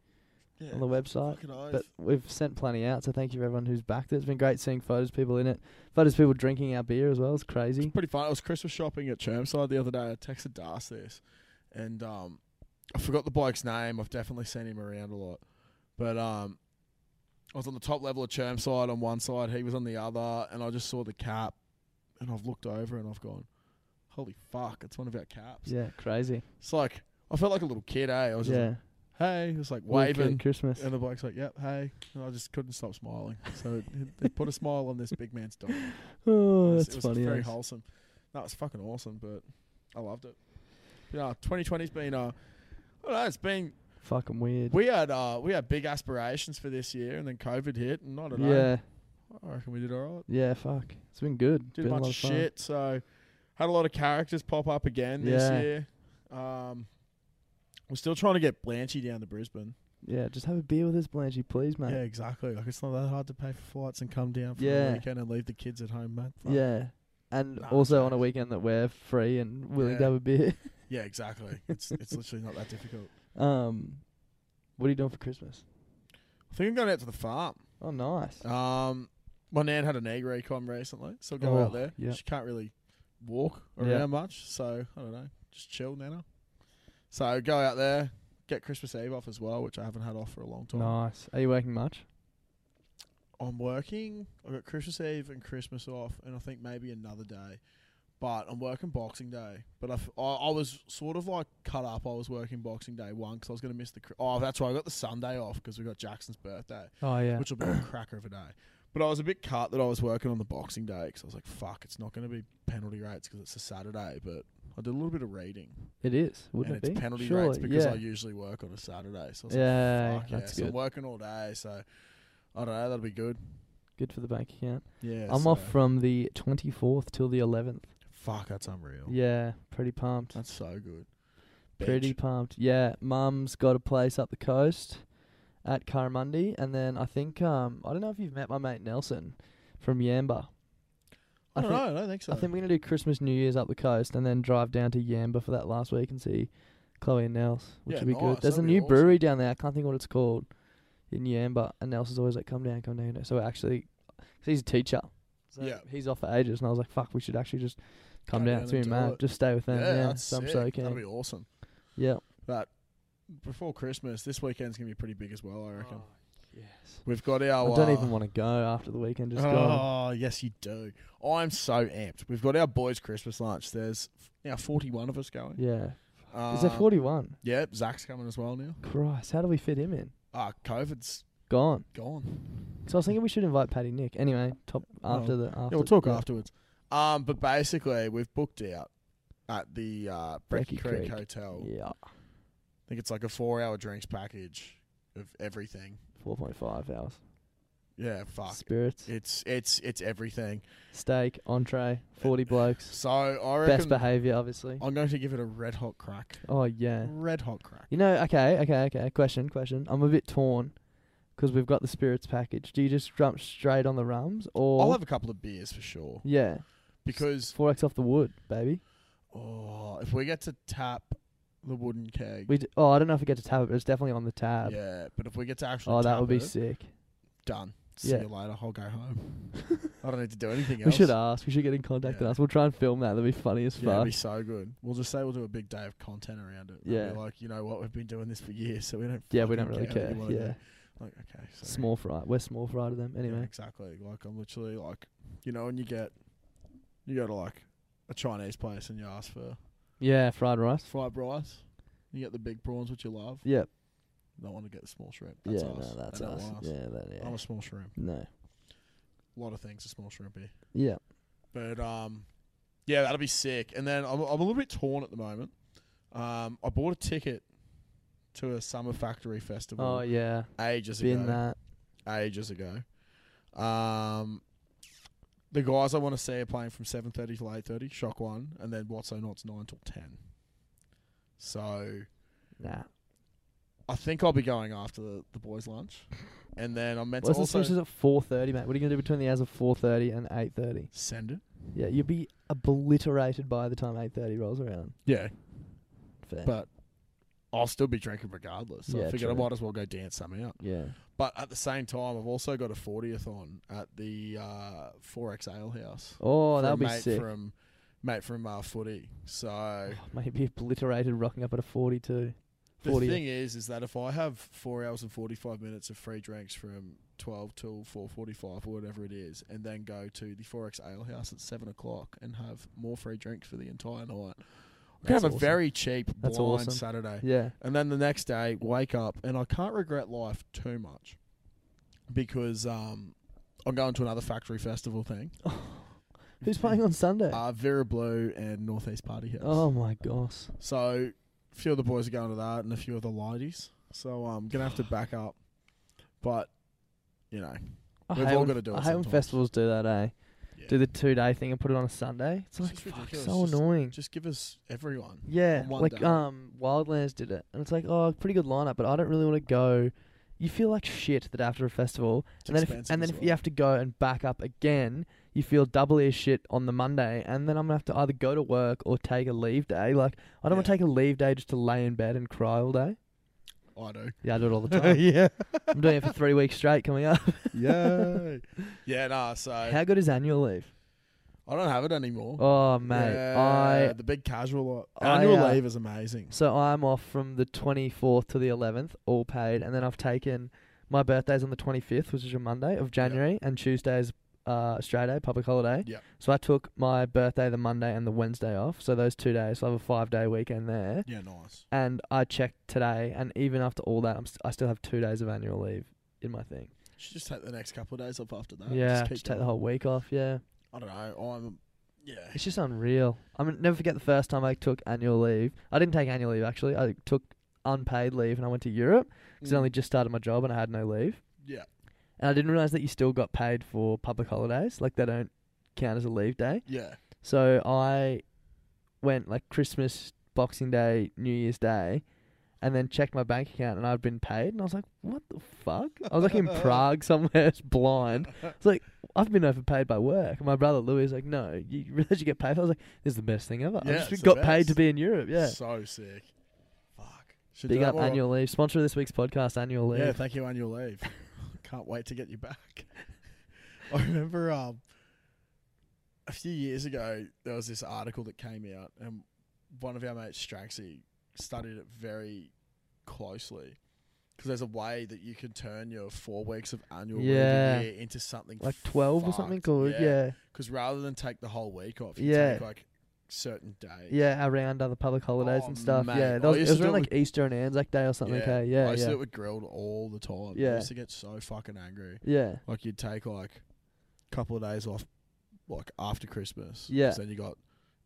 Yeah, on the website. fucking oath. But we've sent plenty out, so thank you for everyone who's backed it. It's been great seeing photos of people in it. Photos of people drinking our beer as well. It's it's crazy. pretty fun. I was Christmas shopping at Chermside the other day. I texted Das this, and um, I forgot the bloke's name. I've definitely seen him around a lot, but um, I was on the top level of Chermside on one side. He was on the other, and I just saw the cap, and I've looked over and I've gone, "Holy fuck! It's one of our caps." Yeah, crazy. It's like I felt like a little kid, eh? I was just Yeah. like, hey, it's like Weird kid waving, Christmas. and the bloke's like, yep, hey. And I just couldn't stop smiling, so it, it- it put a smile on this big man's dog. It Oh, was- it that's was funny. Very as. wholesome. That was fucking awesome, but I loved it. Yeah, 2020's been uh, I don't know, it's been Fucking weird. we had uh we had big aspirations for this year, and then COVID hit, and I don't know. yeah. I reckon we did all right. Yeah, fuck. It's been good. Did been a bunch lot of shit, so had a lot of characters pop up again this Yeah. year. Um, we're still trying to get Blanchy down to Brisbane. Yeah, just have a beer with us, Blanchy, please, Yeah, mate. exactly. Like it's not that hard to pay for flights and come down for Yeah. the weekend and leave the kids at home, mate. Yeah. Fuck. And Nah, also it's on a nice. weekend that we're free and willing to Yeah. have a beer. Yeah, exactly. It's it's literally not that difficult. um, what are you doing for Christmas? I think I'm going out to the farm. Oh, nice. Um, my nan had an egg recon recently, so I'll go Oh, out there. yeah. She can't really walk Yeah. around much, so I don't know. Just chill, Nana. So go out there, get Christmas Eve off as well, which I haven't had off for a long time. Nice. Are you working much? I'm working. I've got Christmas Eve and Christmas off, and I think maybe another day. But I'm working Boxing Day. But I, f- I- I was sort of like cut up. I was working Boxing Day one because I was going to miss the. Cr- oh, that's right. I got the Sunday off because we got Jackson's birthday, Oh yeah. which will be a cracker of a day. But I was a bit cut that I was working on the Boxing Day because I was like, fuck, it's not going to be penalty rates because it's a Saturday. But I did a little bit of reading. It is, wouldn't and it it's be? penalty Surely, rates because yeah. I usually work on a Saturday. So I was yeah, like, fuck, that's yeah. So I'm good. working all day. So I don't know. That'll be good. Good for the bank account. Yeah. I'm so- off from the 24th till the 11th. Fuck, that's unreal. Yeah, pretty pumped. That's so good. Pretty Bitch. pumped. Yeah, mum's got a place up the coast at Karamundi, and then I think um I don't know if you've met my mate Nelson from Yamba. I don't think, know. I don't think so. I think we're gonna do Christmas, New Year's up the coast, and then drive down to Yamba for that last week and see Chloe and Nels, which Yeah, would be nice, good. There's a that'd be new awesome. brewery down there. I can't think what it's called in Yamba, and Nels is always like, "Come down, come down." So we're actually, 'cause he's a teacher, so Yeah. he's off for ages, and I was like, "Fuck, we should actually just come Go down." down It's gonna be and do mad. it. Just stay with them. Yeah, that's so I'm sick. so That'll keen. be awesome. yeah. But before Christmas, this weekend's gonna be pretty big as well. I reckon. yes. We've got our. Oh. I don't uh, even want to go after the weekend. Just go. oh yes, you do. I'm so amped. We've got our boys' Christmas lunch. There's now 41 of us going. Yeah. Um, Is there 41? Yeah, Zach's coming as well now. Christ, how do we fit him in? Ah, COVID's Gone. gone. So I was thinking we should invite Paddy Nick. Anyway, top after the after. yeah, we'll talk afterwards. Um, but basically, we've booked out at the uh, Brecky Brecky Creek, Creek. Hotel. Yeah, I think it's like a four-hour drinks package of everything. four point five hours. Yeah, fuck. Spirits, It's it's it's everything. steak, entree, forty blokes. So I Best reckon Oh. behaviour, obviously. I'm going to give it a red hot crack. Oh yeah. Red hot crack. You know, okay, okay, okay. Question, question. I'm a bit torn because we've got the spirits package. Do you just jump straight on the rums or? I'll have a couple of beers for sure yeah, because four x off the wood, baby. oh, if we get to tap the wooden keg, We d- oh, I don't know if we get to tab it, but it's definitely on the tab. yeah. But if we get to actually, oh, that tap would be it, sick. done. See Yeah. you later. I'll go home. I don't need to do anything We else. should ask. We should get in contact with Yeah. us. We'll try and film that. That'd be funny as Yeah, it'd fuck. be so good. We'll just say we'll do a big day of content around it. Yeah. We're like you know what, we've been doing this for years, so we don't. Yeah, we don't fucking really care. care. what you wanna Yeah, do. Like okay, so small fry. We're small fry to them Yeah, anyway. exactly. Like I'm literally like, you know, when you get, you go to like a Chinese place and you ask for Yeah, fried rice. fried rice, you get the big prawns, which you love. Yep. Don't want to get the small shrimp. Yeah, That's us. no, that's They don't us. want Yeah, that. Yeah. I'm a small shrimp. no. A lot of things are small shrimp here. Yeah. But um, yeah, that'll be sick. And then I'm, I'm a little bit torn at the moment. Um, I bought a ticket to a summer factory festival Oh yeah. ages Been ago. that. ages ago. Um, the guys I want to see are playing from seven thirty till eight thirty. Shock one, and then what's so not's nine till ten. So Nah. I think I'll be going after the, the boys' lunch, and then I'm meant Well, to this also finishes at four thirty, mate. What are you gonna do between the hours of four thirty and eight thirty? send it. Yeah, you'll be obliterated by the time eight thirty rolls around. Yeah, Fair. but I'll still be drinking regardless. So I Yeah, figured I true. might as well go dance some out. yeah. But at the same time, I've also got a fortieth on at the uh, 4X Ale House. Oh, from that'll a be mate sick. From mate from uh, footy, so. Might be obliterated, rocking up at a forty-two. The 40. thing is, is that if I have four hours and forty-five minutes of free drinks from twelve till four forty-five or whatever it is, and then go to the Forex Ale House at seven o'clock and have more free drinks for the entire night, I can That's have a awesome. very cheap That's blind awesome. Saturday, Yeah. and then the next day wake up and I can't regret life too much because um, I'm going to another factory festival thing. Who's playing on Sunday? Uh, Vera Blue and Northeast Party House. oh my gosh. So a few of the boys are going to that and a few of the ladies. So I'm um, gonna have to back up. But you know, I We've hate all when- gotta do it I hate when sometimes. festivals do that, eh? do the two day thing and put it on a Sunday. It's It's like just fuck, ridiculous. so Just- annoying. Just give us everyone. yeah, on one like day. um, Wildlands did it, and it's like oh, pretty good lineup, but I don't really want to go. You feel like shit that after a festival, It's and then if, expensive and as then if well. you have to go and back up again, you feel doubly as shit on the Monday, and then I'm gonna have to either go to work or take a leave day. Like I don't want to Yeah. take a leave day just to lay in bed and cry all day. I do. Yeah, I do it all the time. yeah. I'm doing it for three weeks straight coming up. Yay. yeah, nah, so How good is annual leave? I don't have it anymore. Oh mate, Yeah, I the big casual I, annual uh, leave is amazing. so I'm off from the 24th to the 11th, all paid, and then I've taken my birthday's on the 25th, which is a Monday of January, and Tuesday's uh, Australia Day, public holiday. Yep. So I took my birthday the Monday and the Wednesday off, so those two days. So I have a five day weekend there, Yeah, nice. and I checked today, and even after all that, I'm st- I still have two days of annual leave in my thing. Should just take the next couple of days off after that. yeah, just, keep just take the going. whole week off. Yeah. I don't know. I'm yeah. It's just unreal. I mean, never forget the first time I took annual leave. I didn't take annual leave actually. I took unpaid leave and I went to Europe because I only just started my job and I had no leave. Mm, yeah, And I didn't realize that you still got paid for public holidays. Like they don't count as a leave day. yeah, So I went like Christmas, Boxing Day, New Year's Day, and then checked my bank account and I'd been paid. And I was like, what the fuck? I was like in Prague somewhere, just blind. It's like, I've been overpaid by work. And my brother Louis is like, no, you realize you get paid? I was like, this is the best thing ever. Yeah, I it's just the got paid best. to be in Europe. Yeah. So sick. Fuck. Should do Big that up more annual leave. Sponsor of this week's podcast, annual leave. Yeah, thank you, annual leave. Can't wait to get you back. I remember um, a few years ago there was this article that came out, and one of our mates, Straxy, studied it very closely because there's a way that you can turn your four weeks of annual Yeah. leave a year into something like 12 or fucked. something. Or, yeah. Because rather than take the whole week off, you Yeah. take like certain days. Yeah, around other public holidays Oh, and stuff. mate. Yeah, I that was, it used to was do around it like Easter and Anzac Day or something. Okay, I yeah, used to yeah, do it with grilled all the time. I Yeah. used to get so fucking angry. yeah, Like you'd take like a couple of days off, like after Christmas. 'cause Yeah. Then you got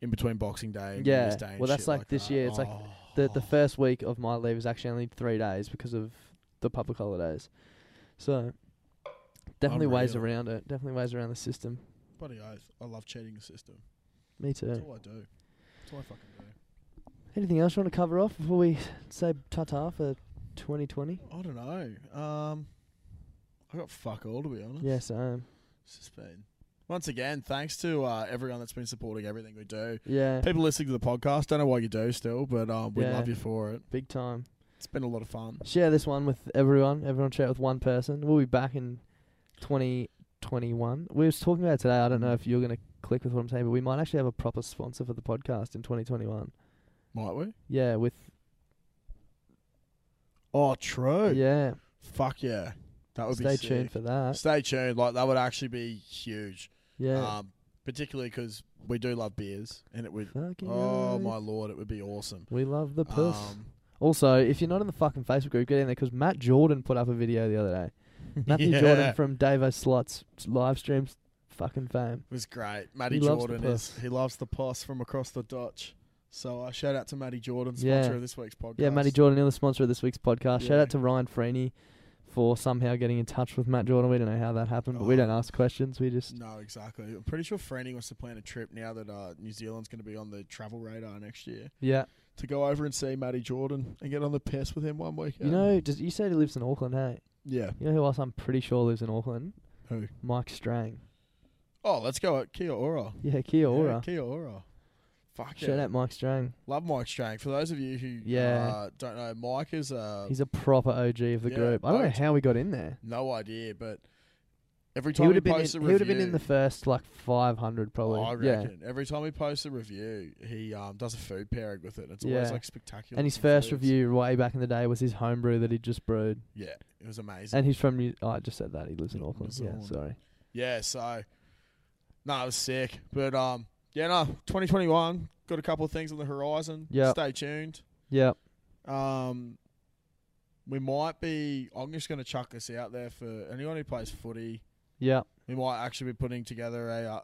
in between Boxing Day. And New Yeah. Year's Day and Well, that's shit like this that. year, it's like Oh. The the first week of my leave is actually only three days because of the public holidays. So definitely ways Unreal. around it. Definitely ways around the system. Bloody oath. I love cheating the system. Me That's too. all I do. That's all I fucking do. Anything else you want to cover off before we say ta-ta for 2020? I don't know. Um, I got fuck all to be honest. Yes, I am. It's just been. Once again, thanks to uh, everyone that's been supporting everything we do. Yeah, People listening to the podcast, don't know why you do still, but um, we Yeah. love you for it. big time. It's been a lot of fun. Share this one with everyone. Everyone share it with one person. We'll be back in 2021. We was talking about it today. I don't Mm. know if you're going to click with what I'm saying, but we might actually have a proper sponsor for the podcast in 2021. Might we? Yeah, with Oh, true. yeah. Fuck yeah. That would Stay be tuned for that. Stay tuned. Like that would actually be huge. Yeah. Um, particularly because we do love beers, and it would. Fucking Oh oath. my lord, it would be awesome. We love the puss. Um, also, if you're not in the fucking Facebook group, get in there 'cause Matt Jordan put up a video the other day. Matthew yeah, Jordan from Davo Slots live streams, fucking fame. it was great. Matty He loves the Jordan is puss. he loves the puss from across the Dutch. So uh, shout out to Matty Jordan, sponsor Yeah. of this week's podcast. Yeah, Matty Jordan, you're the sponsor of this week's podcast. Shout Yeah. out to Ryan Freeney for somehow getting in touch with Matt Jordan. We don't know how that happened, but we Oh. don't ask questions. We just No, exactly. I'm pretty sure Franny wants to plan a trip now that uh, New Zealand's going to be on the travel radar next year yeah. to go over and see Matty Jordan and get on the piss with him one weekend. You know, does you said he lives in Auckland? Hey, Yeah. you know who else I'm pretty sure lives in Auckland? Who? Mike Strang. Oh, let's go at Kia Ora. Yeah, Kia Ora. Yeah, Kia Ora. Fuck Shout yeah. out Mike Strang. Love Mike Strang. For those of you who Yeah. uh, don't know, Mike is uh, He's a proper OG of the yeah, group. I don't know Mike- how we got in there. no idea, but every He time would he, have been. In, posts he a review, Oh, would have been in the first like 500 probably. I yeah. reckon every time he posts a review, he um, does a food pairing with it. It's always Yeah. like spectacular. And his some first foods. review way back in the day was his homebrew that he just brewed. yeah, it was amazing. And he's from New. Oh, I just said that he lives in New Auckland. Yeah, Zealand. sorry. yeah, so no, it was sick. But um, yeah, no, 2021 got a couple of things on the horizon. Yep. stay tuned. Yeah. Um, we might be. I'm just going to chuck this out there for anyone who plays footy. Yeah. We might actually be putting together a uh,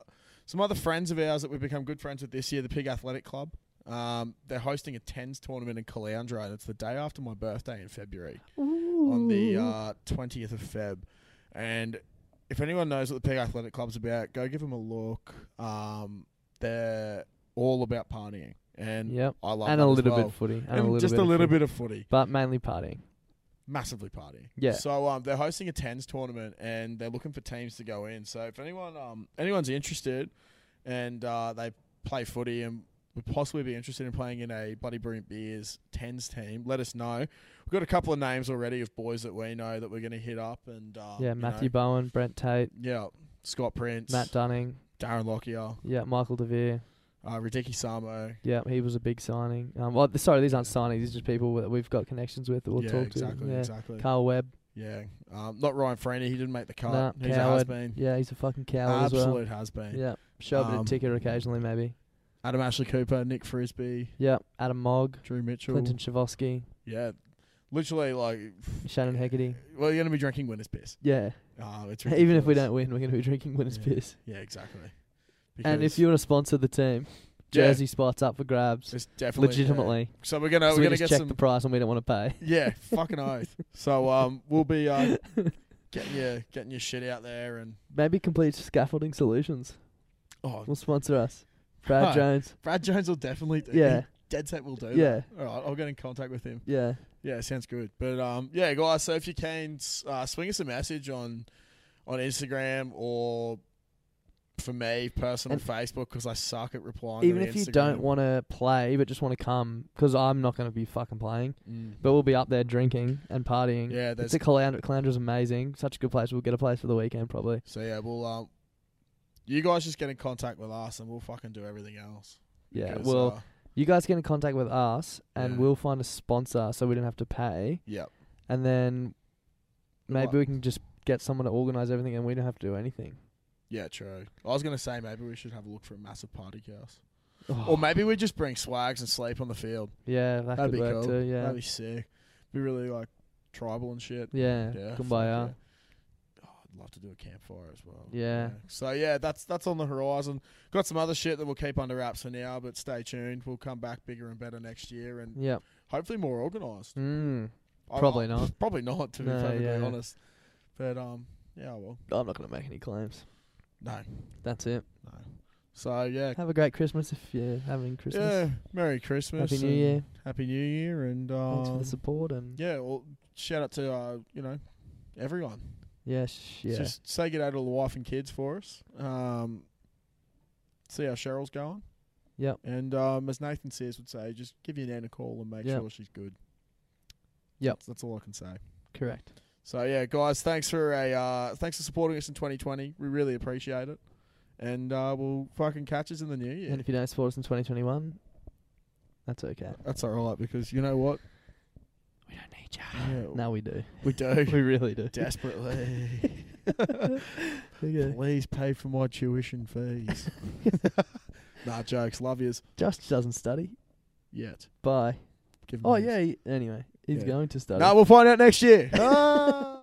some other friends of ours that we've become good friends with this year. The Pig Athletic Club. Um, they're hosting a tens tournament in Caloundra, and it's the day after uh, my birthday in February on the twentieth of Feb, and if anyone knows what the Peg Athletic Club's about, go give them a look. Um, they're all about partying, and Yep. I love and that a as little well. bit of footy. And, and a little just bit a of little footy. bit of footy, But mainly partying. massively partying. Yeah. So um, they're hosting a tens tournament, and they're looking for teams to go in. So if anyone um anyone's interested, and uh, they play footy and would possibly be interested in playing in a Bloody Brilliant Beers tens team, let us know. We've got a couple of names already of boys that we know that we're going to hit up, and uh, yeah, you Matthew know, Bowen, Brent Tate, yeah, Scott Prince, Matt Dunning. Darren Lockyer, Yeah, Michael Devere. uh, Radicki Samo. Yeah, he was a big signing. Um, well, th- sorry, these aren't signings. These are just people that we've got connections with that we'll yeah, talk to. exactly, yeah. exactly. Carl Webb. Yeah, um, not Ryan Freeney. He didn't make the cut. Nah, He's a has coward. been. Yeah, he's a fucking coward as well. Absolute has been. Yeah, show up at Um, a ticker occasionally, maybe. Adam Ashley Cooper, Nick Frisby, Yeah, Adam Mogg, Drew Mitchell. Clinton Chavosky, Yeah, literally like. Shannon Hegarty. Well, you're gonna be drinking winner's piss. Yeah, Um, it's even if we ridiculous. don't win, we're going to be drinking winners Yeah. piss. Yeah, exactly. and if Because- you want to sponsor the team, Yeah. jersey spots up for grabs, it's definitely legitimately. yeah. So we're gonna so we're we gonna just get check some. the price and we don't want to pay. yeah, fucking oath. So um, we'll be uh, getting your getting your shit out there and Maybe complete scaffolding solutions oh, will sponsor us. Brad Right. Jones. Brad Jones will definitely do. Yeah, dead set will do. that. yeah, All right, I'll get in contact with him. yeah. Yeah, sounds good. But um, yeah, guys. So if you can, s- uh, swing us a message on on Instagram or for me personal And- Facebook because I suck at replying. Even to the if you don't Instagram. want to play but just want to come, because I'm not going to be fucking playing, Mm. but we'll be up there drinking and partying. yeah, It's there's a Caloundra. Caloundra's amazing. Such a good place. We'll get a place for the weekend probably. so yeah. Well, um, you guys just get in contact with us and we'll fucking do everything else. Yeah. Because, Well, uh, you guys get in contact with us, and Yeah. we'll find a sponsor so we don't have to pay. Yep. And then maybe What? we can just get someone to organize everything, and we don't have to do anything. yeah, true. I was gonna say maybe we should have a look for a massive party house, Oh, or maybe we just bring swags and sleep on the field. yeah, that That'd could be work cool. too. Yeah. That'd be sick. Be really like tribal and shit. yeah. Yeah. fuck Kumbaya. yeah. Oh, I'd love to do a campfire as well. Yeah. So yeah, that's that's on the horizon. Got some other shit that we'll keep under wraps for now, but stay tuned. We'll come back bigger and better next year, and Yeah. hopefully more organised. Mm. I- Probably I- not. Probably not, to be No, perfectly yeah. honest. But um, yeah, well, Oh, I'm not gonna make any claims. no, That's it. no. So yeah, Have a great Christmas if you're having Christmas. yeah. Merry Christmas. Happy New and Year. Happy New Year, and um, Thanks for the support and yeah, yeah. Well, shout out to uh, you know, everyone. sh- yeah. Just say good day to the wife and kids for us. Um, see how Cheryl's going. Yep. And um, as Nathan Sears would say, just give your nan a call and make Yep. sure she's good. Yep. That's, that's all I can say. correct. So yeah, guys, thanks for a uh, thanks for supporting us in 2020. We really appreciate it, and uh, we'll fucking catch us in the new year. And if you don't support us in 2021, that's okay. That's all right because you know what? We don't need you. Yeah, Now we do. we we do really do. desperately. Okay. Please pay for my tuition fees. nah, jokes. Love yous. Josh doesn't study. Yet. Bye. Give him Oh his. yeah. He, anyway, he's Yeah. going to study. No, we'll find out next year. Ah. the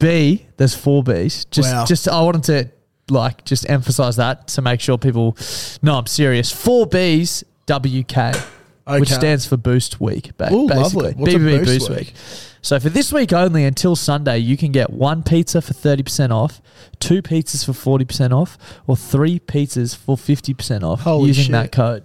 B. There's four Bs. Just, Wow. just I wanted to like just emphasize that to make sure people. No, I'm serious. Four Bs. WK, which Okay. stands for Boost Week. Ba- Ooh, basically, lovely. What's a BBB Boost Boost, Week? week? So for this week only until Sunday, you can get one pizza for thirty percent off, two pizzas for forty percent off, or three pizzas for fifty percent off Holy using shit. that code.